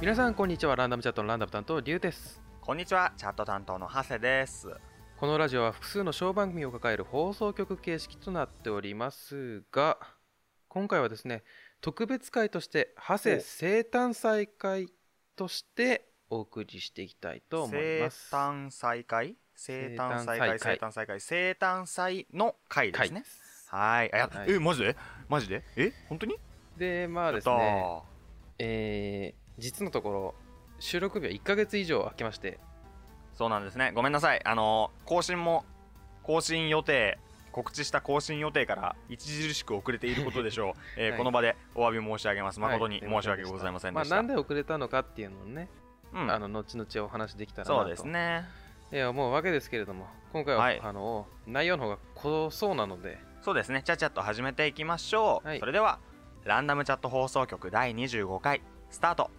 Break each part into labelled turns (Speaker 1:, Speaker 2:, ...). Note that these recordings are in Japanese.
Speaker 1: 皆さんこんにちはランダムチャットのランダム担当リュウです
Speaker 2: こんにちは、チャット担当のハセです。
Speaker 1: このラジオは複数の小番組を抱える放送局形式となっておりますが今回はですね特別会としてハセ
Speaker 2: お
Speaker 1: 生誕祭会としてお送りしていきたいと思い
Speaker 2: 生
Speaker 1: ます
Speaker 2: 誕祭会生
Speaker 1: 生
Speaker 2: 誕祭
Speaker 1: 誕祭会
Speaker 2: 会生誕祭会生誕祭の会ですね。はい。あや
Speaker 1: はい
Speaker 2: え、マジでマジでえ、本当に
Speaker 1: でまあ
Speaker 2: や
Speaker 1: で
Speaker 2: っ
Speaker 1: す
Speaker 2: た
Speaker 1: ね
Speaker 2: ー
Speaker 1: えー実のところ収録日は1ヶ月以上空きまして
Speaker 2: そうなんですね。ごめんなさい。あのー、更新も、更新予定、告知した更新予定から著しく遅れていること でしょう。えー
Speaker 1: はい
Speaker 2: この場でお詫び申し上げます。誠に
Speaker 1: はい
Speaker 2: 申し訳ございませんでし
Speaker 1: まあ、
Speaker 2: た。
Speaker 1: なんで遅れたのかっていうのをね、
Speaker 2: うん
Speaker 1: あの後々お話しできたらなと
Speaker 2: そうですね。
Speaker 1: えー思うわけですけれども今回は、
Speaker 2: はい
Speaker 1: あの内容の方が濃そうなので
Speaker 2: そうですねちゃちゃっと始めていきましょう、
Speaker 1: はい
Speaker 2: それではランダムチャット放送局第25回スタート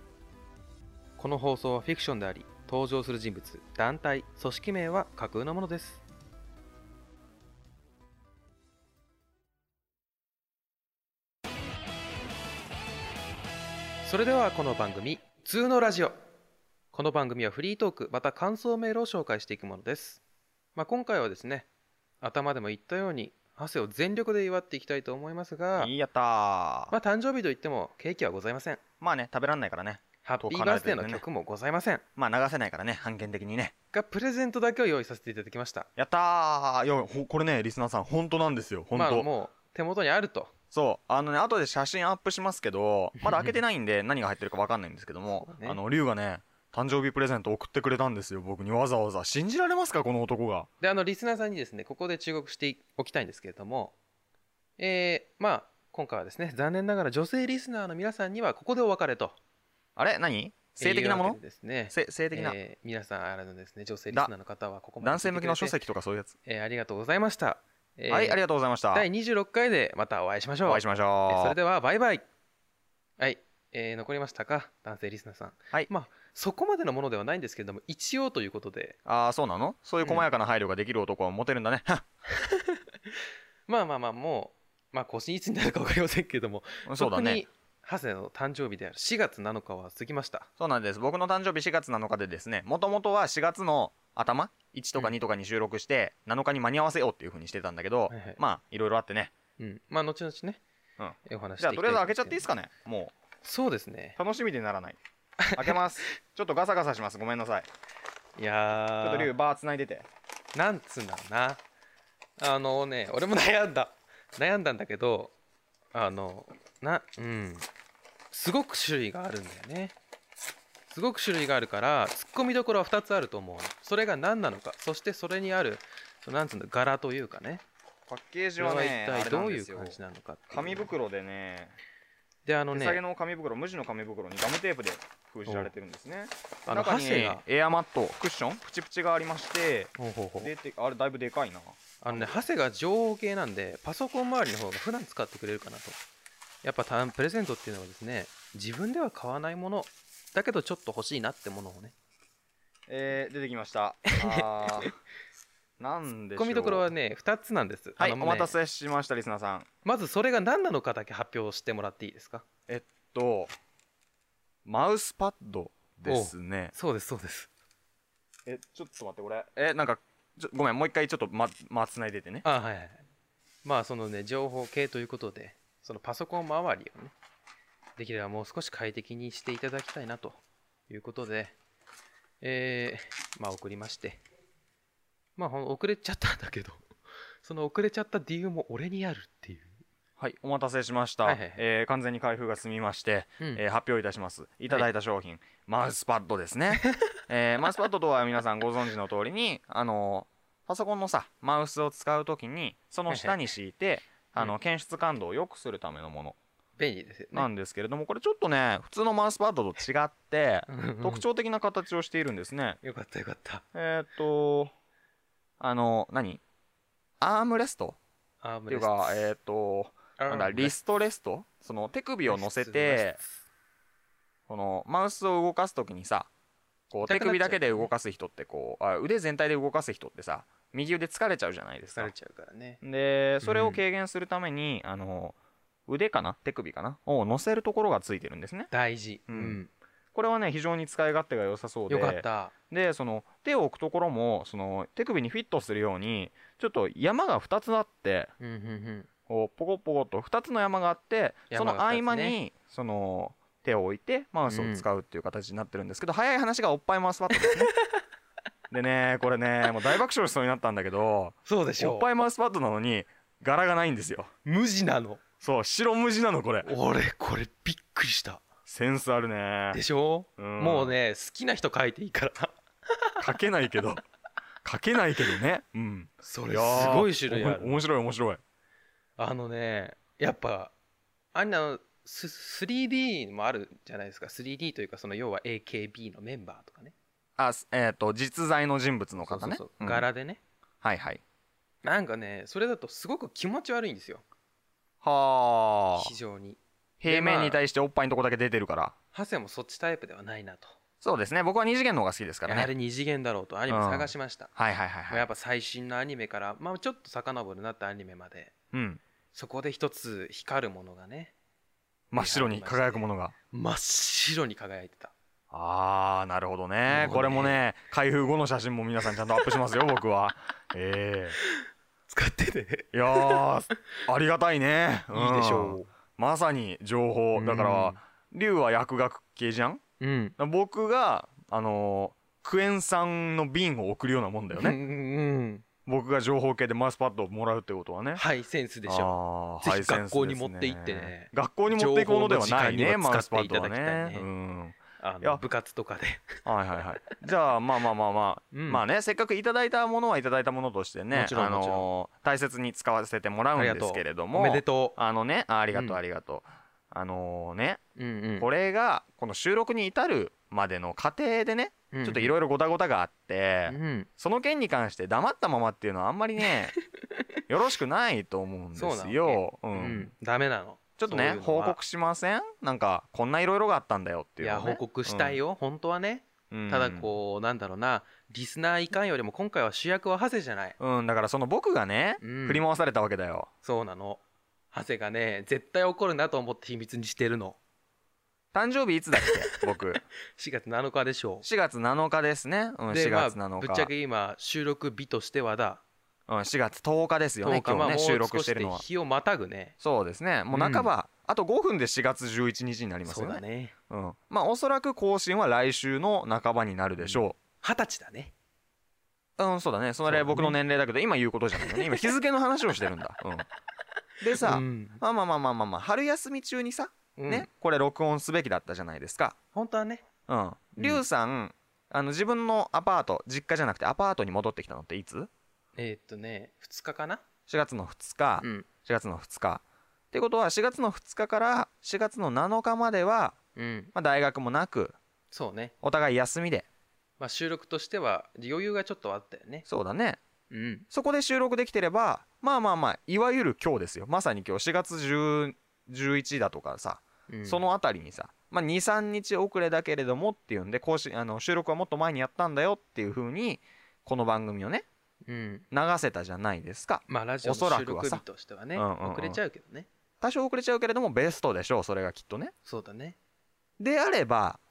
Speaker 1: この放送はフィクションであり登場する人物団体組織名は架空のものですそれではこの番組「普通のラジオ」この番組はフリートークまた感想メールを紹介していくものです、まあ、今回はですね頭でも言ったようにハセを全力で祝っていきたいと思いますが
Speaker 2: いいやったー
Speaker 1: ま
Speaker 2: ま
Speaker 1: あ誕生日といってもケーキはございません
Speaker 2: あね食べらんないからね
Speaker 1: ハッピーバースデーの曲もございません
Speaker 2: まあ流せないからね半券的にね
Speaker 1: がプレゼントだけを用意させていただきました
Speaker 2: やったーいやほこれねリスナーさん本当なんですよ本
Speaker 1: まあ
Speaker 2: 当、
Speaker 1: もう手元にあると
Speaker 2: そうあのね後で写真アップします けどまだ開けてないんで何が入ってるか分かんないんですけども
Speaker 1: そう、ね
Speaker 2: あの龍がね誕生日プレゼント送ってくれたんですよ僕にわざわざ信じられますかこの男が
Speaker 1: であのリスナーさんにですねここで注目しておきたいんですけれどもえーまあ今回はですね残念ながら女性リスナーの皆さんにはここでお別れと
Speaker 2: あれ何性的な
Speaker 1: い
Speaker 2: も
Speaker 1: うわ
Speaker 2: の
Speaker 1: けでですね
Speaker 2: せ性的な、
Speaker 1: えー皆さんあのですね女性リスナーの方はここまで
Speaker 2: 男性向けの書
Speaker 1: 聞いてくれて、
Speaker 2: 籍とかそういうやつ
Speaker 1: えーありがとうございました、えー
Speaker 2: はい、ありがとうございました。
Speaker 1: 第26回でまたお会いしましょう
Speaker 2: お会いしまし
Speaker 1: えーそ
Speaker 2: ょ
Speaker 1: れではバイバイはい、えー残りましたか男性リスナーさん
Speaker 2: はい
Speaker 1: まあそこまでのものではないんですけれども一応ということで
Speaker 2: う。ああ、そうなのそういう細やかな配慮ができる男はモテるんだね。
Speaker 1: まあまあまあもう、まあ、更新いつになるか分かりませんけれども
Speaker 2: そうだ
Speaker 1: 特
Speaker 2: ね
Speaker 1: に。ハセの誕生日である4月7日は過ぎました
Speaker 2: そうなんです。僕の誕生日4月7日でですね、もともとは4月の頭、1とか
Speaker 1: うん
Speaker 2: 2とかに収録して、7日に間に合わせようっていうふうにしてたんだけど
Speaker 1: はいはい、
Speaker 2: まあ、いろいろあってね。
Speaker 1: うんまあ後々ね、
Speaker 2: うん
Speaker 1: えお話し
Speaker 2: じゃあ、とりあえず開けちゃっていいですすかね。も
Speaker 1: そうですね
Speaker 2: う、楽しみでならない。 開けます。ちょっとガサガサします。ごめんなさい。ち
Speaker 1: い
Speaker 2: ょっと
Speaker 1: や
Speaker 2: リュウ、
Speaker 1: ー
Speaker 2: バー繋いでて。
Speaker 1: なんつうんだろうなあのね俺も悩んだ悩んだんだけどあのなうんすごく種類があるんだよねすごく種類があるからツッコミどころは2つあると思うのそれが何なのかそしてそれにあるなんつうんだ柄というかね
Speaker 2: パッケー
Speaker 1: そ
Speaker 2: ジ
Speaker 1: れ
Speaker 2: は
Speaker 1: は
Speaker 2: ね、
Speaker 1: 一体
Speaker 2: あれな
Speaker 1: ど
Speaker 2: ん
Speaker 1: う
Speaker 2: で
Speaker 1: いう
Speaker 2: すよ
Speaker 1: 感。じなのかっていう
Speaker 2: 紙袋でね、
Speaker 1: であの
Speaker 2: 手提げ
Speaker 1: ね
Speaker 2: の紙袋無地の紙袋にガムテープで封じられてるんですね
Speaker 1: あの
Speaker 2: 中に
Speaker 1: 箸が
Speaker 2: エアマットクッションプチプチがありまして
Speaker 1: ほうほうほう
Speaker 2: でてあれだいぶでかいな
Speaker 1: あのねハセが情報系なんでパソコン周りの方が普段使ってくれるかなとやっぱたプレゼントっていうのはですね自分では買わないものだけどちょっと欲しいなってものをね
Speaker 2: えー、出てきま したあーなんでしょ
Speaker 1: 込
Speaker 2: う
Speaker 1: みどころはね2つなんです、
Speaker 2: はい
Speaker 1: あ
Speaker 2: お
Speaker 1: のね
Speaker 2: 待たせしましたリスナーさん
Speaker 1: まずそれが何なのかだけ発表してもらっていいですか
Speaker 2: とマウスパッドですね
Speaker 1: そうですそうです
Speaker 2: えちょっと待ってこれえなんかちょごめんもう一回ちょっとままつないでてね
Speaker 1: あはいはいまあそのね情報系ということでそのパソコン周りをねできればもう少し快適にしていただきたいなということでえー、まあ送りましてまあほん遅れちゃったんだけど その遅れちゃった理由も俺にあるっていう、
Speaker 2: はいお待たせしました、
Speaker 1: はいはいはい
Speaker 2: えー完全に開封が済みまして
Speaker 1: うん
Speaker 2: えー発表いたしますいただいた商品、マウスパッドです ね、えーマウスパッドとは皆さんご存知の通りにあのーパソコンのさマウスを使う時にその下に敷いて
Speaker 1: はい
Speaker 2: あの検出感度を良くするためのもの
Speaker 1: 便利ですよ
Speaker 2: な
Speaker 1: ね
Speaker 2: んですけれどもこれちょっとね普通のマウスパッドと違って
Speaker 1: うん
Speaker 2: 特徴的な形をしているんですね
Speaker 1: よかったよかった
Speaker 2: えーっとあの何アームレスト
Speaker 1: あー
Speaker 2: っ
Speaker 1: 無
Speaker 2: て
Speaker 1: 理
Speaker 2: いう
Speaker 1: です
Speaker 2: かえーっとなんだリストレストその手首を乗せてこのマウスを動かすときにさこう
Speaker 1: 痛くなっ
Speaker 2: 手
Speaker 1: ちゃう
Speaker 2: 首だけで動かす人ってこうあ腕全体で動かす人ってさ右腕疲れちゃうじゃないです
Speaker 1: 疲
Speaker 2: か
Speaker 1: れちゃうからね
Speaker 2: でそれを軽減するために、あの腕かな手首かなを乗せるところがついてるんですね
Speaker 1: 大事
Speaker 2: うんこれはね非常に使い勝手が良さそうで
Speaker 1: よかった
Speaker 2: でその手を置くところもその手首にフィットするようにちょっと山が2つあって
Speaker 1: うんうんうん
Speaker 2: こうポコポコと2つの山があってそ
Speaker 1: 山
Speaker 2: の
Speaker 1: が二つね
Speaker 2: 合間にその手を置いてマウスを使うっていう形になってるんですけど、早い話がおっぱいマウスバットですね。 でねこれねもう大爆笑しそうになったんだけど
Speaker 1: そうでし
Speaker 2: おっ
Speaker 1: ょ
Speaker 2: ぱいマウスパッドなのに柄がないんですよ
Speaker 1: う無地なの
Speaker 2: そう白無地なのこれ
Speaker 1: 俺これびっくりした
Speaker 2: センスあるね
Speaker 1: でしょ
Speaker 2: うん
Speaker 1: もうね好きな人書いていいから
Speaker 2: 書けないけど書けないけどねうん
Speaker 1: そ
Speaker 2: い
Speaker 1: れ
Speaker 2: や
Speaker 1: す
Speaker 2: ー
Speaker 1: ごい種類あ
Speaker 2: お
Speaker 1: る
Speaker 2: も面白い面白い
Speaker 1: あのねやっぱあんなのす 3D もあるじゃないですか 3D というかその要は AKB のメンバーとかね
Speaker 2: あすえっ、と実在の人物の方ね
Speaker 1: そうそうそう
Speaker 2: うん
Speaker 1: 柄でね
Speaker 2: はいはい
Speaker 1: なんかねそれだとすごく気持ち悪いんですよ
Speaker 2: はあ
Speaker 1: 非常に
Speaker 2: 平
Speaker 1: ま
Speaker 2: 面
Speaker 1: あ
Speaker 2: に対しておっぱいのとこだけ出てるから
Speaker 1: ハセもそっちタイプではないなと
Speaker 2: そうですね僕は二次元の方が好きですから
Speaker 1: やは
Speaker 2: ね
Speaker 1: り二次元だろうとアニメ探しました、
Speaker 2: はいはいはい
Speaker 1: もうや
Speaker 2: は
Speaker 1: っ
Speaker 2: い
Speaker 1: ぱ最新のアニメから、まあ、ちょっと遡るなったアニメまで
Speaker 2: うん
Speaker 1: そこで一つ光るものがね
Speaker 2: 真っ白に輝くものが
Speaker 1: 真っ白に輝いてた
Speaker 2: あーなるほどね
Speaker 1: もうね
Speaker 2: これもね開封後の写真も皆さんちゃんとアップし ますよ僕はえ
Speaker 1: 使ってて
Speaker 2: えいやーありがたいね、
Speaker 1: い
Speaker 2: ん
Speaker 1: いでしょ
Speaker 2: まさに情報
Speaker 1: う
Speaker 2: だから龍は薬学系じゃんだか
Speaker 1: うん、うん
Speaker 2: ら僕があのークエン酸の瓶を送るようなもんだよ
Speaker 1: うん
Speaker 2: ね
Speaker 1: うん
Speaker 2: 僕が情報系でマウスパッドをもらうってことはね
Speaker 1: ハイセンスでしょ
Speaker 2: ょ
Speaker 1: ぜひ学校に持って行ってね
Speaker 2: 学校に持っていくものではないね
Speaker 1: 情報の時間には
Speaker 2: マ
Speaker 1: 使
Speaker 2: ウ
Speaker 1: っ
Speaker 2: スパ
Speaker 1: て
Speaker 2: ッ
Speaker 1: い
Speaker 2: ド
Speaker 1: た
Speaker 2: は
Speaker 1: だきたいね
Speaker 2: ねうん
Speaker 1: あ
Speaker 2: いや
Speaker 1: の部活とかで
Speaker 2: はいはい はいじゃあまあまあまあまあ、
Speaker 1: うん
Speaker 2: まあねせっかくいただいたものはいただいたものとしてね
Speaker 1: もちろん
Speaker 2: あ
Speaker 1: もちろん
Speaker 2: のー大切に使わせてもらうん
Speaker 1: ありが
Speaker 2: で
Speaker 1: とう
Speaker 2: すけれども
Speaker 1: おめでと
Speaker 2: あのねあありが
Speaker 1: う
Speaker 2: と
Speaker 1: ん
Speaker 2: うありがとう、あのーね
Speaker 1: う、うんうん、
Speaker 2: これがこの収録に至るまでの過程でね
Speaker 1: れ
Speaker 2: ちょっといろいろごたごたがあって、
Speaker 1: うん
Speaker 2: その件に関して黙ったままっていうのはあんま りねよろしくないと思うんですよ。う
Speaker 1: うんん、ダメなの
Speaker 2: ちょっと
Speaker 1: そう
Speaker 2: ね
Speaker 1: いうの
Speaker 2: 報
Speaker 1: は
Speaker 2: 告しませんなんかこんないろいろがあったんだよって
Speaker 1: い
Speaker 2: いうの
Speaker 1: や
Speaker 2: をね、
Speaker 1: 報告したいよ、本当はね
Speaker 2: うん、うん
Speaker 1: ただこうなんだろうなリスナーいかんよりも今回は主役はハセじゃない、
Speaker 2: うんだからその僕がね、
Speaker 1: うん
Speaker 2: 振り回されたわけだよ
Speaker 1: そうなのハセがね絶対怒るなと思って秘密にしてるの
Speaker 2: 誕生日いつだっ け僕
Speaker 1: 4月7日でしょう
Speaker 2: 4月7日ですね、うん、
Speaker 1: で
Speaker 2: 4月
Speaker 1: まあ、
Speaker 2: 7
Speaker 1: ぶ
Speaker 2: 日、
Speaker 1: っちゃけ今収録日としてはだ
Speaker 2: うん、4月10日ですよね
Speaker 1: 10日ま
Speaker 2: 今
Speaker 1: あ
Speaker 2: 日
Speaker 1: も
Speaker 2: ね
Speaker 1: う
Speaker 2: 収録
Speaker 1: 少
Speaker 2: して
Speaker 1: し
Speaker 2: る
Speaker 1: で
Speaker 2: のは
Speaker 1: 日をまたぐね
Speaker 2: そうですねもう半ば、あと5分で4月11日になります
Speaker 1: そ
Speaker 2: よ
Speaker 1: う
Speaker 2: ね
Speaker 1: だね
Speaker 2: うん、まあおそらく更新は来週の半ばになるでしょ
Speaker 1: 二十歳だね
Speaker 2: ううん、そうだねそれは僕の年齢だけど今言うことじゃないよね今日付の話をしてるんだ、うん、でさ、
Speaker 1: うん
Speaker 2: まあまあまあまあまあ、まあ、春休み中にさ、
Speaker 1: うん
Speaker 2: ねこれ録音すべきだったじゃないですか
Speaker 1: 本当はね
Speaker 2: うんリュウさん、あの自分のアパート実家じゃなくてアパートに戻ってきたのっていつ ?4
Speaker 1: えーっとね2日かな
Speaker 2: 月の2日、
Speaker 1: うん
Speaker 2: 4月の2日ってことは4月の2日から4月の7日までは、
Speaker 1: うん
Speaker 2: まあ、大学もなく
Speaker 1: そうね、
Speaker 2: お互い休みで
Speaker 1: まあ、収録としては余裕がちょっとあったよね
Speaker 2: そうだね
Speaker 1: うん
Speaker 2: そこで収録できてればまあまあまあいわゆる今日ですよまさに今日4月10 11だとかさ、
Speaker 1: うん
Speaker 2: その辺りにさ、まあ、23日遅れだけれどもっていうんで更新あの収録はもっと前にやったんだよっていう風にこの番組をね
Speaker 1: うん
Speaker 2: 流せたじゃないですか
Speaker 1: まあラジオの
Speaker 2: おそら
Speaker 1: 収
Speaker 2: くは
Speaker 1: 録
Speaker 2: さ
Speaker 1: 日としてはね
Speaker 2: うんうんうん
Speaker 1: 遅れちゃうけどね
Speaker 2: 多少遅れちゃうけれどもベストでしょうそれがきっとね
Speaker 1: そうだね
Speaker 2: であれば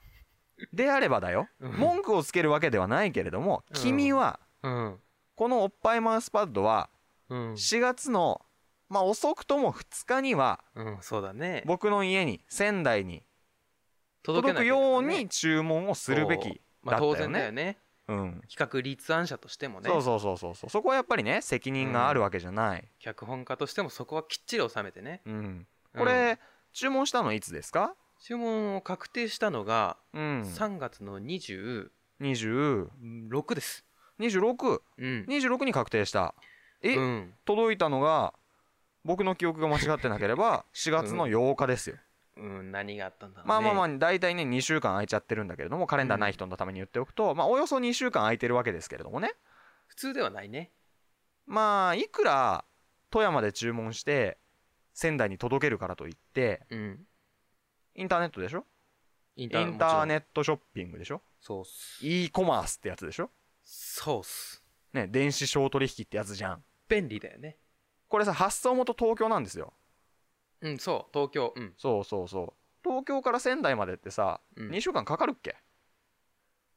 Speaker 2: であればだよ
Speaker 1: うん
Speaker 2: 文句をつけるわけではないけれども
Speaker 1: うん
Speaker 2: 君は
Speaker 1: うん
Speaker 2: このおっぱいマウスパッドは
Speaker 1: うん、
Speaker 2: 4月のまあ遅くとも2日には
Speaker 1: うん、そうだね
Speaker 2: 僕の家に仙台に届
Speaker 1: な
Speaker 2: く
Speaker 1: きゃいけない
Speaker 2: よ
Speaker 1: か
Speaker 2: う
Speaker 1: らね
Speaker 2: に注文をするべき
Speaker 1: まあ、
Speaker 2: だったよ
Speaker 1: 当然
Speaker 2: ね
Speaker 1: だよね
Speaker 2: うん
Speaker 1: 企画立案者としてもね
Speaker 2: そうそうそうそうそうそこはやっぱりね責任があるわけじゃない
Speaker 1: 脚本家としてもそこはきっちり収めてね
Speaker 2: うん
Speaker 1: うん
Speaker 2: これ注文したのいつですか
Speaker 1: 注文を確定したのが
Speaker 2: うん
Speaker 1: 3月の20
Speaker 2: 2026
Speaker 1: 6です。うん。
Speaker 2: 26に確定したえ
Speaker 1: うん、
Speaker 2: 届いたのが僕の記憶が間違ってなけれ ば4月の8日ですよ、
Speaker 1: うん、何があったんだろうね。
Speaker 2: まあまあまあ大体ね2週間空いちゃってるんだけれどもカレンダーない人のために言っておくと、まあおよそ2週間空いてるわけですけれどもね
Speaker 1: 普通ではないね。
Speaker 2: まあいくら富山で注文して仙台に届けるからといって
Speaker 1: うん。
Speaker 2: インターネットでしょ
Speaker 1: イン
Speaker 2: インターネ
Speaker 1: ット。
Speaker 2: ットショッピングでしょ
Speaker 1: そうっす。
Speaker 2: e コマースってやつでしょ
Speaker 1: そうっす。
Speaker 2: ね電子商取引ってやつじゃん
Speaker 1: 便利だよね。
Speaker 2: これさ発送元東京なんですよ
Speaker 1: うん、そう、東京。うん。
Speaker 2: そうそうそう東京から仙台までってさ、
Speaker 1: うん
Speaker 2: 2週間かかるっけ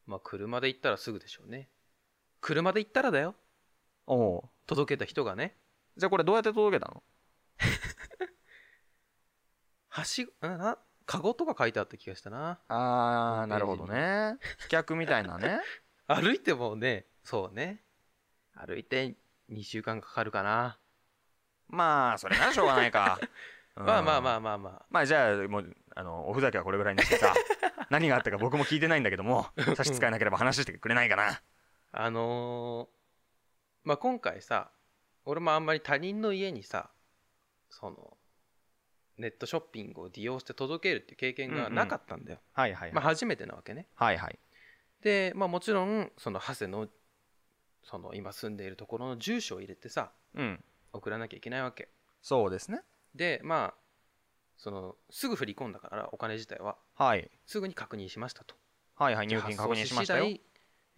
Speaker 1: まあ車で行ったらすぐでしょうね車で行ったらだよ
Speaker 2: おお
Speaker 1: 届けた人がね
Speaker 2: うじゃあこれどうやって届けたの
Speaker 1: はしごななカゴとか書いてあった気がしたなホームページ
Speaker 2: あー
Speaker 1: に
Speaker 2: なるほどね飛脚みたいな ね
Speaker 1: 歩いてもねそうね歩いて2週間かかるかな、
Speaker 2: まあそれならしょうがないか、 うん
Speaker 1: まあまあまあまあまあ
Speaker 2: まあじゃあもうあのおふざけはこれぐらいにしてさ 何があったか僕も聞いてないんだけども 差し支えなければ話してくれないかな
Speaker 1: あのーまあ今回さ俺もあんまり他人の家にさそのネットショッピングを利用して届けるっていう経験がなかったんだよ、
Speaker 2: はいはい
Speaker 1: まあ初めてなわけね
Speaker 2: はいはい
Speaker 1: でまあもちろんそのハセのその今住んでいるところの住所を入れてさ
Speaker 2: うん
Speaker 1: 送らなきゃいけないわけ
Speaker 2: そうですね
Speaker 1: でまあそのすぐ振り込んだからお金自体は
Speaker 2: はい
Speaker 1: すぐに確認しましたと
Speaker 2: はいはい入金確認しましたよ
Speaker 1: 発送次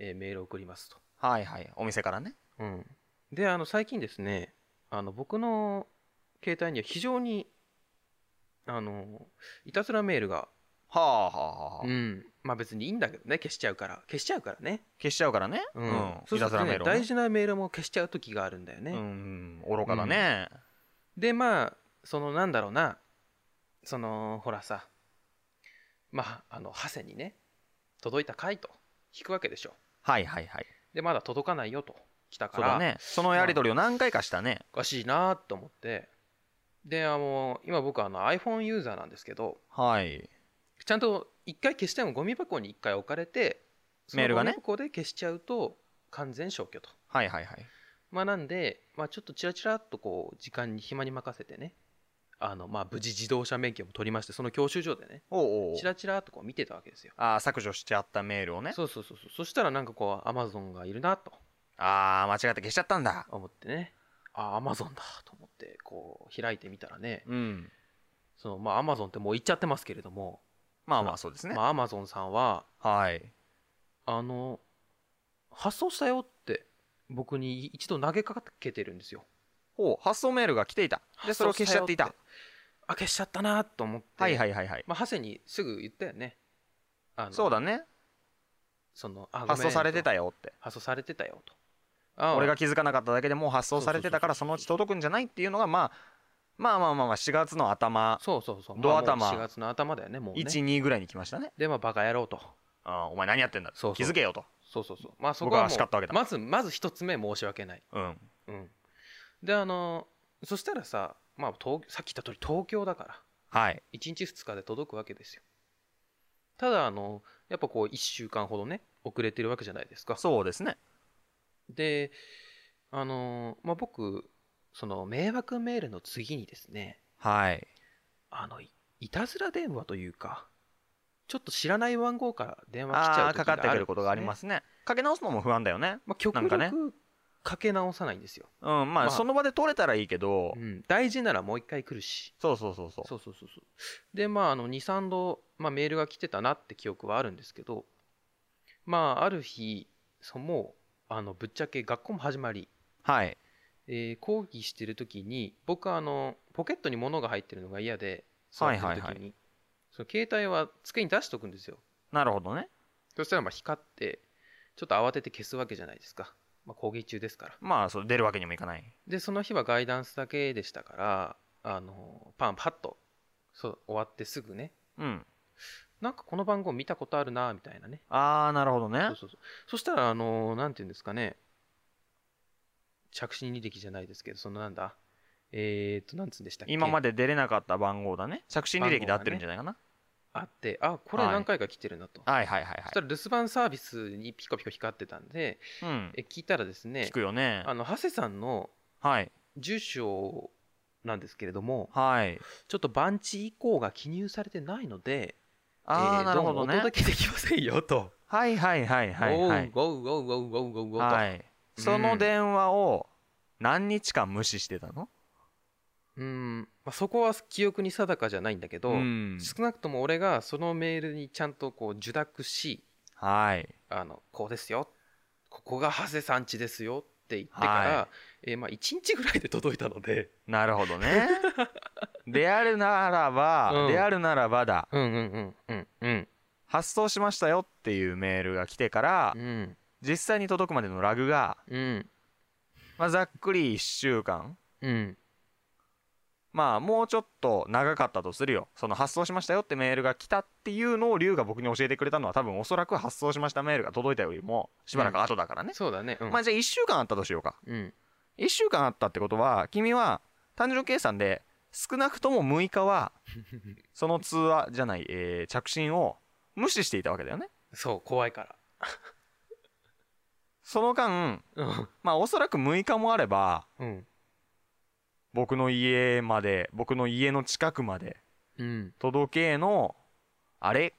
Speaker 1: 第、えーメールを送りますと
Speaker 2: はいはいお店からね
Speaker 1: うん、であの最近ですねあの僕の携帯には非常にあのいたずらメールが、
Speaker 2: はあはあはあ、
Speaker 1: うん、まあ別にいいんだけどね消しちゃうから消しちゃうからね、
Speaker 2: 消しちゃうからね
Speaker 1: う
Speaker 2: うんん
Speaker 1: そうす
Speaker 2: い
Speaker 1: る
Speaker 2: たずら
Speaker 1: と、
Speaker 2: メ
Speaker 1: ね
Speaker 2: ールをね
Speaker 1: 大事なメールも消しちゃう時があるんだよね、
Speaker 2: うん愚かだね、
Speaker 1: でまあそのなんだろうなそのほらさまああのハセにね届いた回と引くわけでしょ
Speaker 2: はいはいはい
Speaker 1: でまだ届かないよと来たか
Speaker 2: そう
Speaker 1: ら
Speaker 2: だねそのやり取りを何回かしたね、
Speaker 1: おかしいなと思ってであの今僕あの iPhone ユーザーなんですけど
Speaker 2: はい
Speaker 1: ちゃんと一回消してもゴミ箱に一回置かれてその
Speaker 2: メールがね
Speaker 1: ゴミ箱で消しちゃうと完全消去と
Speaker 2: はいはいはい
Speaker 1: まあなんで、まあ、ちょっとチラチラっとこう時間に暇に任せてねあのまあ無事自動車免許も取りましてその教習所でね
Speaker 2: おうおう
Speaker 1: チラチラっとこう見てたわけですよ
Speaker 2: あー削除しちゃったメールをね
Speaker 1: そうそうそうそうそしたらなんかこうアマゾンがいるなと
Speaker 2: ああ間違って消しちゃったんだ
Speaker 1: 思ってねあアマゾンだと思ってこう開いてみたらね
Speaker 2: うん
Speaker 1: そのまあアマゾンってもう行っちゃってますけれども
Speaker 2: まあまあそうですね、
Speaker 1: まあ、アマゾンさんは、
Speaker 2: はい
Speaker 1: あの、発送したよって、僕に一度投げかけてるんですよ。
Speaker 2: ほう発送メールが来ていたでそれを消しちゃっていた
Speaker 1: 発送したよって。あ、消しちゃったなと思って。
Speaker 2: はいはいはいはい
Speaker 1: まあ、ハセにすぐ言ったよね。あの
Speaker 2: そうだね
Speaker 1: その、あ
Speaker 2: 発送されて。
Speaker 1: ごめんと
Speaker 2: たよって
Speaker 1: 発送されてたよと。あ
Speaker 2: 俺が気づかなかっただけでもう発送されてたから
Speaker 1: そ
Speaker 2: そ
Speaker 1: そ
Speaker 2: うの
Speaker 1: う
Speaker 2: う
Speaker 1: そう
Speaker 2: ち届くんじゃないっていうのがまあまあまあまあまあ4月の頭
Speaker 1: そうそうそう。
Speaker 2: ドア頭
Speaker 1: まあもう4月の頭だよね、もう、ね。
Speaker 2: 12ぐらいに来ましたね
Speaker 1: で、まあ、バカ野郎と。
Speaker 2: あーお前何やってんだ
Speaker 1: そうそう
Speaker 2: 気づけよと
Speaker 1: そうそうそう。まあ、そこはもう
Speaker 2: 僕は叱ったわけだ
Speaker 1: まず、まず一つ目申し訳ない。
Speaker 2: うん
Speaker 1: うん。で、あの、そしたらさ、まあ、東さっき言った通り東京だから。
Speaker 2: はい
Speaker 1: 1日2日で届くわけですよただあのやっぱこう1週間ほどね遅れてるわけじゃないですか
Speaker 2: そうですね
Speaker 1: であのまあ僕その迷惑メールの次にですね
Speaker 2: はい
Speaker 1: あのいいたずら電話というかちょっと知らない番号から電話来ちゃ
Speaker 2: あ
Speaker 1: う、
Speaker 2: あーかかってくることがありますすねかけ直すのも不安だよね
Speaker 1: まあ、極
Speaker 2: なんかね
Speaker 1: 力かけ直さないんですよ、
Speaker 2: うんま
Speaker 1: まあ
Speaker 2: あその場で取れたらいいけど
Speaker 1: うん、大事ならもう一回来るし
Speaker 2: そうそうそうそう
Speaker 1: そうそうそうそうでまああの23度、まあ、メールが来てたなって記憶はあるんですけどまあある日そもうあのぶっちゃけ学校も始まり、
Speaker 2: はい
Speaker 1: えー講義してる時に僕はあのポケットに物が入ってるのが嫌で座ってる時に、
Speaker 2: はいはいは
Speaker 1: その携帯は机に出しとくんですよ
Speaker 2: なるほどね
Speaker 1: そしたらまあ光ってちょっと慌てて消すわけじゃないですか、まあ、講義中ですから
Speaker 2: まあそう出るわけにもいかない
Speaker 1: でその日はガイダンスだけでしたからあのパンパッとそう終わってすぐね
Speaker 2: うん
Speaker 1: なんかこの番号見たことあるなみたいなね
Speaker 2: ああなるほどね
Speaker 1: そうそうそうそしたらあのーなんていうんですかね着信履歴じゃないですけどそのなんだえー、っとなんつうんでしたっけ
Speaker 2: 今ま
Speaker 1: で
Speaker 2: で出れなかった番号だね着信履歴で合ってるんじゃないかな、
Speaker 1: あってあこれ
Speaker 2: はい
Speaker 1: 何回か来てるなと、
Speaker 2: はいはいはい
Speaker 1: そしたら留守番サービスにピコピコ光ってたんで
Speaker 2: はい、うん、
Speaker 1: え聞いたらですね
Speaker 2: 聞くよね
Speaker 1: あの長谷さんの
Speaker 2: はい
Speaker 1: 住所なんですけれども
Speaker 2: はい
Speaker 1: ちょっと番地以降が記入されてないので
Speaker 2: ああ、
Speaker 1: えー
Speaker 2: なるほど
Speaker 1: うも
Speaker 2: ね
Speaker 1: お届けできませんよと。
Speaker 2: はいはいはいはいはい
Speaker 1: おうおうおうおうおうおうおうと
Speaker 2: はいその電話を何日間無視してたの
Speaker 1: うんまあ、そこは記憶に定かじゃないんだけど、
Speaker 2: ん
Speaker 1: 少なくとも俺がそのメールにちゃんとこう受諾し
Speaker 2: はい
Speaker 1: あのこうですよここが長谷さん家ですよって言ってから、
Speaker 2: は
Speaker 1: えーまあ、1日ぐらいで届いたので、
Speaker 2: なるほど ねであるならば、
Speaker 1: うん
Speaker 2: であるならばだ
Speaker 1: うんうんうんうん
Speaker 2: 発送しましたよっていうメールが来てから
Speaker 1: うんうん
Speaker 2: 実際に届くまでのラグが、
Speaker 1: うん
Speaker 2: まあ、ざっくり1週間
Speaker 1: うん
Speaker 2: まあもうちょっと長かったとするよその発送しましたよってメールが来たっていうのを龍が僕に教えてくれたのは多分おそらく発送しましたメールが届いたよりもしばらく後だからね、
Speaker 1: そうだねうん、
Speaker 2: まあじゃあ1週間あったとしようか
Speaker 1: うん
Speaker 2: 1週間あったってことは君は単純計算で少なくとも6 日はその通話じゃない、えー着信を無視していたわけだよね
Speaker 1: そう怖いか
Speaker 2: その間
Speaker 1: らうん
Speaker 2: まあおそらく6日もあれば
Speaker 1: うん
Speaker 2: 僕の家まで僕の家の近くまで
Speaker 1: うん
Speaker 2: 届けのあれ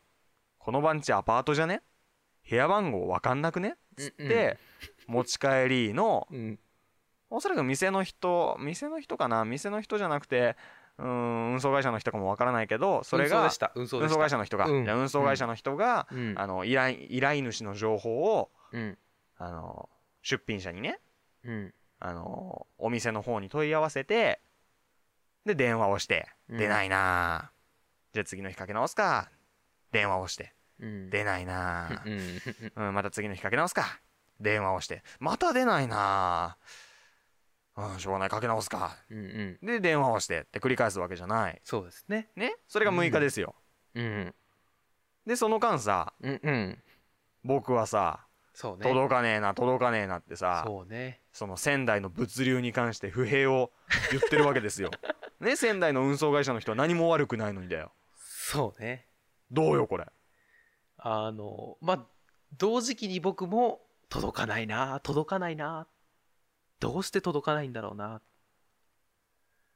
Speaker 2: この番地アパートじゃね部屋番号わかんなくねつって持ち帰りの
Speaker 1: うん
Speaker 2: おそらく店の人店の人かな店の人じゃなくてうーん運送会社の人かもわからないけどそれ
Speaker 1: 運送
Speaker 2: が
Speaker 1: でした運送で
Speaker 2: 運
Speaker 1: した
Speaker 2: 送会社の人が、
Speaker 1: うん
Speaker 2: いや運送会社の人が、
Speaker 1: うん
Speaker 2: あの依頼依頼主の情報を
Speaker 1: うん
Speaker 2: あの出品者にね
Speaker 1: うん
Speaker 2: あのお店の方に問い合わせてで電話をして「
Speaker 1: うん
Speaker 2: 出ないなあじゃあ次の日かけ直すか」電話をして
Speaker 1: うん
Speaker 2: 「出ないなあ
Speaker 1: うん
Speaker 2: うん、また次の日かけ直すか」電話をして「また出ないなあうんしょうがないかけ直すか」
Speaker 1: うんうん
Speaker 2: で電話をしてって繰り返すわけじゃない
Speaker 1: そうですね
Speaker 2: ねそれが6日ですよ、
Speaker 1: うん
Speaker 2: でその間さ
Speaker 1: うんうん
Speaker 2: 僕はさ
Speaker 1: そうね
Speaker 2: 届かねえな届かねえなってさ
Speaker 1: そうね
Speaker 2: その仙台の物流に関して不 平を言ってるわけですよね仙台の運送会社の人は何も悪くないのにだよ
Speaker 1: そうね
Speaker 2: どうよこれ
Speaker 1: あのまあ同時期に僕も届かないな届かないなどうして届かないんだろうな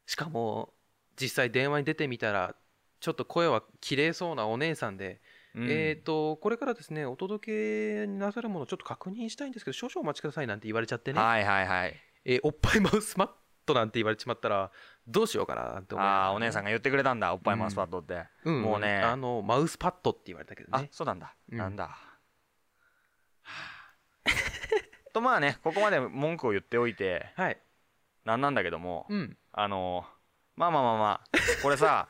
Speaker 1: しかも実際電話に出てみたらちょっと声は綺麗そうなお姉さんで、
Speaker 2: うん
Speaker 1: えっ、とこれからですねお届けになさるものちょっと確認したいんですけど少々お待ちくださいなんて言われちゃってね、
Speaker 2: はいはいはい
Speaker 1: えーおっぱいマウスマットなんて言われちまったらどうしようかなって思いながら
Speaker 2: ああーお姉さんが言ってくれたんだおっぱいマウスパッドって、
Speaker 1: うん
Speaker 2: もうね
Speaker 1: あのマウスパッドって言われたけど
Speaker 2: あ
Speaker 1: ね
Speaker 2: そうなんだ、
Speaker 1: うん
Speaker 2: なんだはあとまあねここまで文句を言っておいて
Speaker 1: はい
Speaker 2: なんなんだけども
Speaker 1: うん
Speaker 2: あのまあまあま あまあこれさ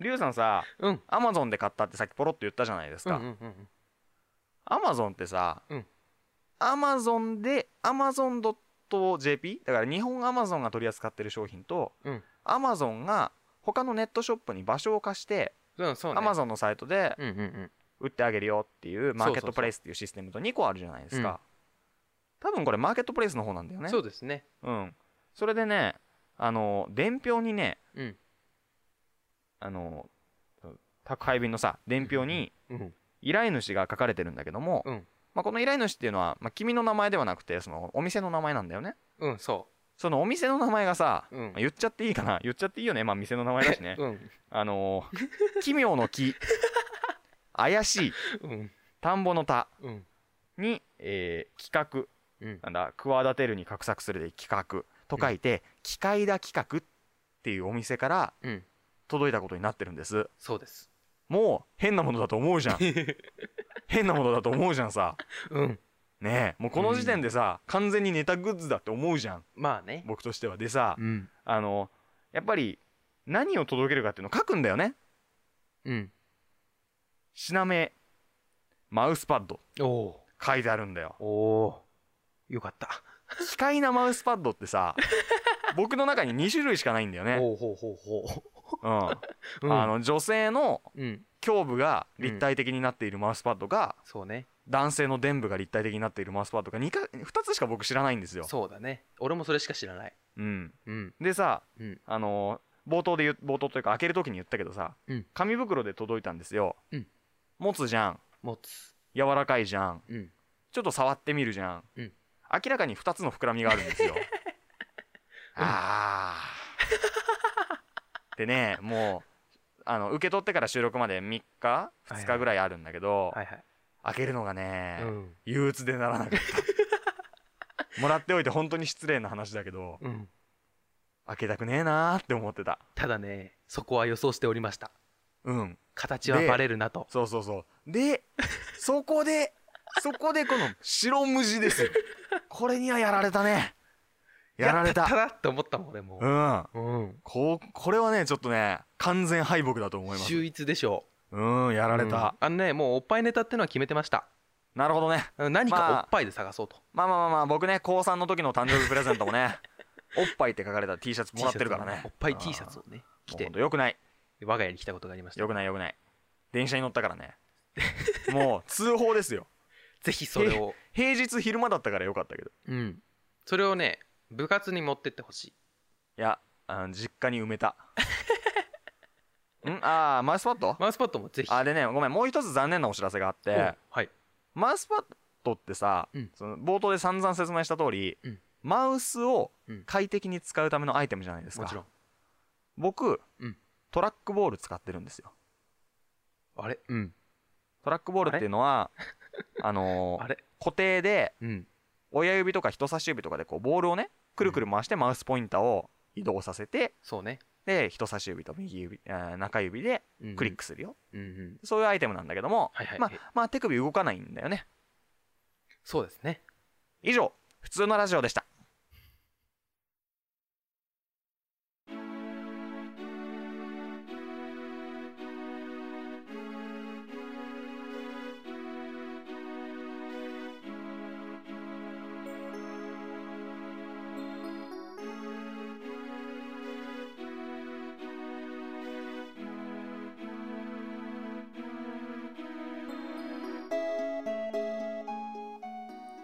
Speaker 2: リュウさんさ
Speaker 1: うん
Speaker 2: アマゾンで買ったってさっきポロッと言ったじゃないです
Speaker 1: うん
Speaker 2: か、
Speaker 1: うんうんうん
Speaker 2: アマゾンってさ、
Speaker 1: うん
Speaker 2: アマゾンでアマゾン .jp だから日本アマゾンが取り扱ってる商品と
Speaker 1: うん
Speaker 2: アマゾンが他のネットショップに場所を貸して
Speaker 1: うんそうね
Speaker 2: アマゾンのサイトで
Speaker 1: うんうんうん
Speaker 2: 売ってあげるよっていうマーケ
Speaker 1: そう
Speaker 2: ッ
Speaker 1: そう
Speaker 2: ト
Speaker 1: そ
Speaker 2: プ
Speaker 1: う
Speaker 2: レイスっていうシステムと2個あるじゃないですか多分これマーケットプレイスの方なんだよね
Speaker 1: そうですね
Speaker 2: うんそれでねあの伝票にね
Speaker 1: うん
Speaker 2: あの宅配便のさ伝票に
Speaker 1: うん
Speaker 2: 依頼主が書かれてるんだけども、
Speaker 1: うん
Speaker 2: まあ、この依頼主っていうのは、まあ、君の名前ではなくてそのお店の名前なんだよね
Speaker 1: うんそ
Speaker 2: そのお店の名前がさ、
Speaker 1: ううん
Speaker 2: まあ言っちゃっていいかな言っちゃっていいよねまあ店の名前だし ね
Speaker 1: うん
Speaker 2: あのー奇妙の木怪しい
Speaker 1: うん
Speaker 2: 田んぼの田
Speaker 1: うん
Speaker 2: に、えー企画、
Speaker 1: うん
Speaker 2: なんだ企てるに画策するで企画と書いて、機械だ企画っていうお店から
Speaker 1: うん
Speaker 2: 届いたことになってるんです
Speaker 1: そうです
Speaker 2: もう変なものだと思う じゃん変なものだと思うじゃんさ
Speaker 1: うん
Speaker 2: ねえもうこの時点でさ、完全にネタグッズだって思うじゃん
Speaker 1: まあね
Speaker 2: 僕としてはでさ、
Speaker 1: うん
Speaker 2: あのやっぱり何を届けるかっていうのを書くんだよね
Speaker 1: うん
Speaker 2: 品名マウスパッド
Speaker 1: おお
Speaker 2: 書いてあるんだよ
Speaker 1: おおよかった
Speaker 2: 機械なマウスパッドって さ僕の中に2種類しかないんだよね、
Speaker 1: ほうほうほうほ
Speaker 2: うん、あ
Speaker 1: ううん
Speaker 2: の女性の
Speaker 1: うん
Speaker 2: 胸部が立体的になっているマウスパッドか、
Speaker 1: そうね
Speaker 2: 男性の臀部が立体的になっているマウスパッドか 2, か2つしか僕知らないんですよ、
Speaker 1: そうだね俺もそれしか知らない
Speaker 2: うん、
Speaker 1: うん
Speaker 2: でさ、
Speaker 1: うん
Speaker 2: あの冒頭で言う冒頭というか開ける時に言ったけどさ、
Speaker 1: うん
Speaker 2: 紙袋で届いたんですよ、
Speaker 1: うん
Speaker 2: 持つじゃん
Speaker 1: 持つ
Speaker 2: 柔らかいじゃん
Speaker 1: うん
Speaker 2: ちょっと触ってみるじゃん、
Speaker 1: うん
Speaker 2: 明らかに2つの膨らみがあるん ですよあーでねもうあの受け取ってから収録まで3日2日ぐらいあるんだけど、
Speaker 1: はいはい
Speaker 2: 開けるのがね、
Speaker 1: うん
Speaker 2: 憂鬱でならなかっ たもらっておいて本当に失礼な話だけど
Speaker 1: うん
Speaker 2: 開けたくねえなーって思ってた
Speaker 1: ただねそこは予想しておりました
Speaker 2: うん
Speaker 1: 形は
Speaker 2: で
Speaker 1: バレるなと
Speaker 2: そうそうそう。で、 そこで、そこでこの白無地ですよ。これにはやられたね。やられた
Speaker 1: やったなって思ったもん俺も
Speaker 2: うん
Speaker 1: う、うん、
Speaker 2: こうこれはねちょっとね完全敗北だと思います
Speaker 1: 秀逸でしょ
Speaker 2: うんや
Speaker 1: う
Speaker 2: られた、
Speaker 1: うんあのねもうおっぱいネタってのは決めてました
Speaker 2: なるほどね
Speaker 1: うん何か
Speaker 2: まあ
Speaker 1: おっぱいで探そうと、
Speaker 2: まあまあまあまあ僕ね高3の時の誕生日プレゼント もねおっぱいって書かれた T シャツもらってるからね
Speaker 1: T シャツをおっぱい T シャツをね
Speaker 2: 着
Speaker 1: 着
Speaker 2: て
Speaker 1: て
Speaker 2: よくない
Speaker 1: 我が家に来たことがありました
Speaker 2: よくないよくない電車に乗ったからね もう通報ですよ
Speaker 1: ぜひそれを、
Speaker 2: 平日昼間だったからよかったけど
Speaker 1: うん、それをね部活に持ってってほしい
Speaker 2: いやあの実家に埋めた んああマウスパッド
Speaker 1: マウスパッドもぜひ
Speaker 2: あれねごめんもう一つ残念なお知らせがあっ
Speaker 1: お
Speaker 2: て
Speaker 1: はい
Speaker 2: マウスパッドってさ、
Speaker 1: うん
Speaker 2: その冒頭で散々説明した通り、
Speaker 1: うん
Speaker 2: マウスを
Speaker 1: うん
Speaker 2: 快適に使うためのアイテムじゃないですか
Speaker 1: もちろん
Speaker 2: 僕、
Speaker 1: うん
Speaker 2: トラックボール使ってるんですよ
Speaker 1: あれうん
Speaker 2: トラックボールっていうのはあの ー
Speaker 1: あれ
Speaker 2: 固定で
Speaker 1: うん
Speaker 2: 親指とか人差し指とかでこうボールをねくるくる回してマウスポインターを移動させて
Speaker 1: そうね、
Speaker 2: で人差し指と右指、えー中指で
Speaker 1: うん
Speaker 2: クリックするよ、
Speaker 1: うんうん
Speaker 2: そういうアイテムなんだけども、
Speaker 1: はいはい、
Speaker 2: まあまあ手首動かないんだよね
Speaker 1: そうですね
Speaker 2: 以上普通のラジオでした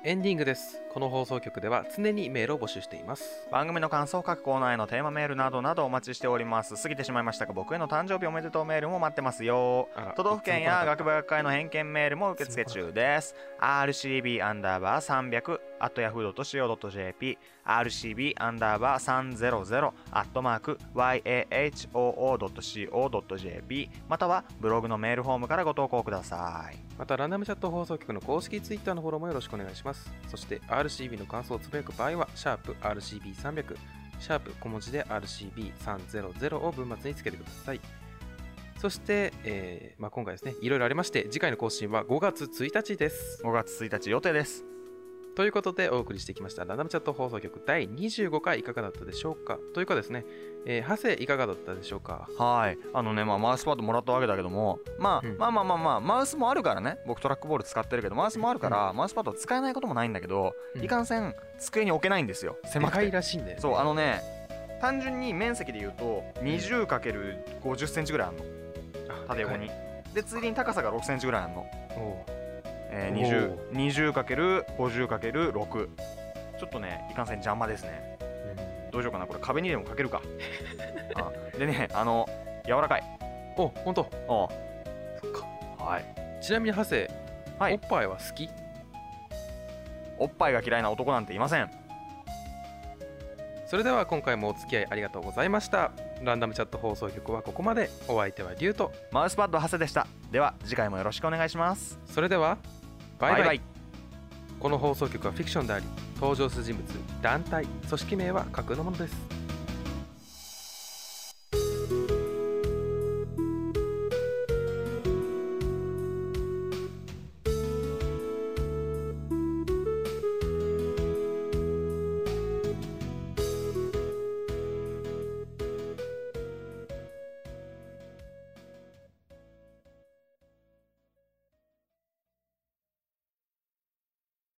Speaker 1: エンディングですこの放送局では常にメールを募集しています
Speaker 2: 番組の感想各コーナーへのテーマメールなどなどお待ちしております過ぎてしまいましたが僕への誕生日おめでとうメールも待ってますよ
Speaker 1: あら
Speaker 2: 都道府県や学部学会の偏見メールも受付中です RCB アンダーバー300 at yahoo.co.jp RCB アンダーバー300 at mark yahoo.co.jp またはブログのメールフォームからご投稿ください
Speaker 1: またランダムチャット放送局の公式ツイッターのフォローもよろしくお願いしますそして RCB の感想をつぶやく場合はシャープ r c b 3 0 0シャープ小文字で RCB300 を文末につけてくださいそして、えーまあ、今回ですねいろいろありまして次回の更新は5月1日です
Speaker 2: 5月1日予定です
Speaker 1: ということでお送りしてきましたランダムチャット放送局第25回いかがだったでしょうかというかですね、えー、ハセいかがだったでしょうか
Speaker 2: はいあのねまあマウスパッドもらったわけだけども、まあ
Speaker 1: うん
Speaker 2: まあまあまあまあマウスもあるからね僕トラックボール使ってるけどマウスもあるから、マウスパッド使えないこともないんだけど、
Speaker 1: うん
Speaker 2: いかんせん机に置けないんですよ
Speaker 1: で
Speaker 2: 狭く
Speaker 1: かい
Speaker 2: て
Speaker 1: らしいんだよね
Speaker 2: そうあのね単純に面積で言うと 20×50 センチぐらいあるの
Speaker 1: あ
Speaker 2: 縦横に
Speaker 1: で
Speaker 2: でついでに高さが6センチぐらいあるの、
Speaker 1: かいおう
Speaker 2: え
Speaker 1: お
Speaker 2: ー、20×50×6 ちょっとねいかんせん邪魔ですねどうしようかなこれ壁にでもかける かあでねあの柔らかい
Speaker 1: お本当
Speaker 2: うんは
Speaker 1: そっか
Speaker 2: い
Speaker 1: ちなみにハセ、
Speaker 2: はい
Speaker 1: おっぱいは好き
Speaker 2: おっぱいが嫌いな男なんていません
Speaker 1: それでは今回もお付き合いありがとうございましたランダムチャット放送局はここまでお相手はリュウと
Speaker 2: マウスパッドハセでしたでは次回もよろしくお願いします
Speaker 1: それではバイバイこの放送局はフィクションであり登場する人物団体組織名は架空のものです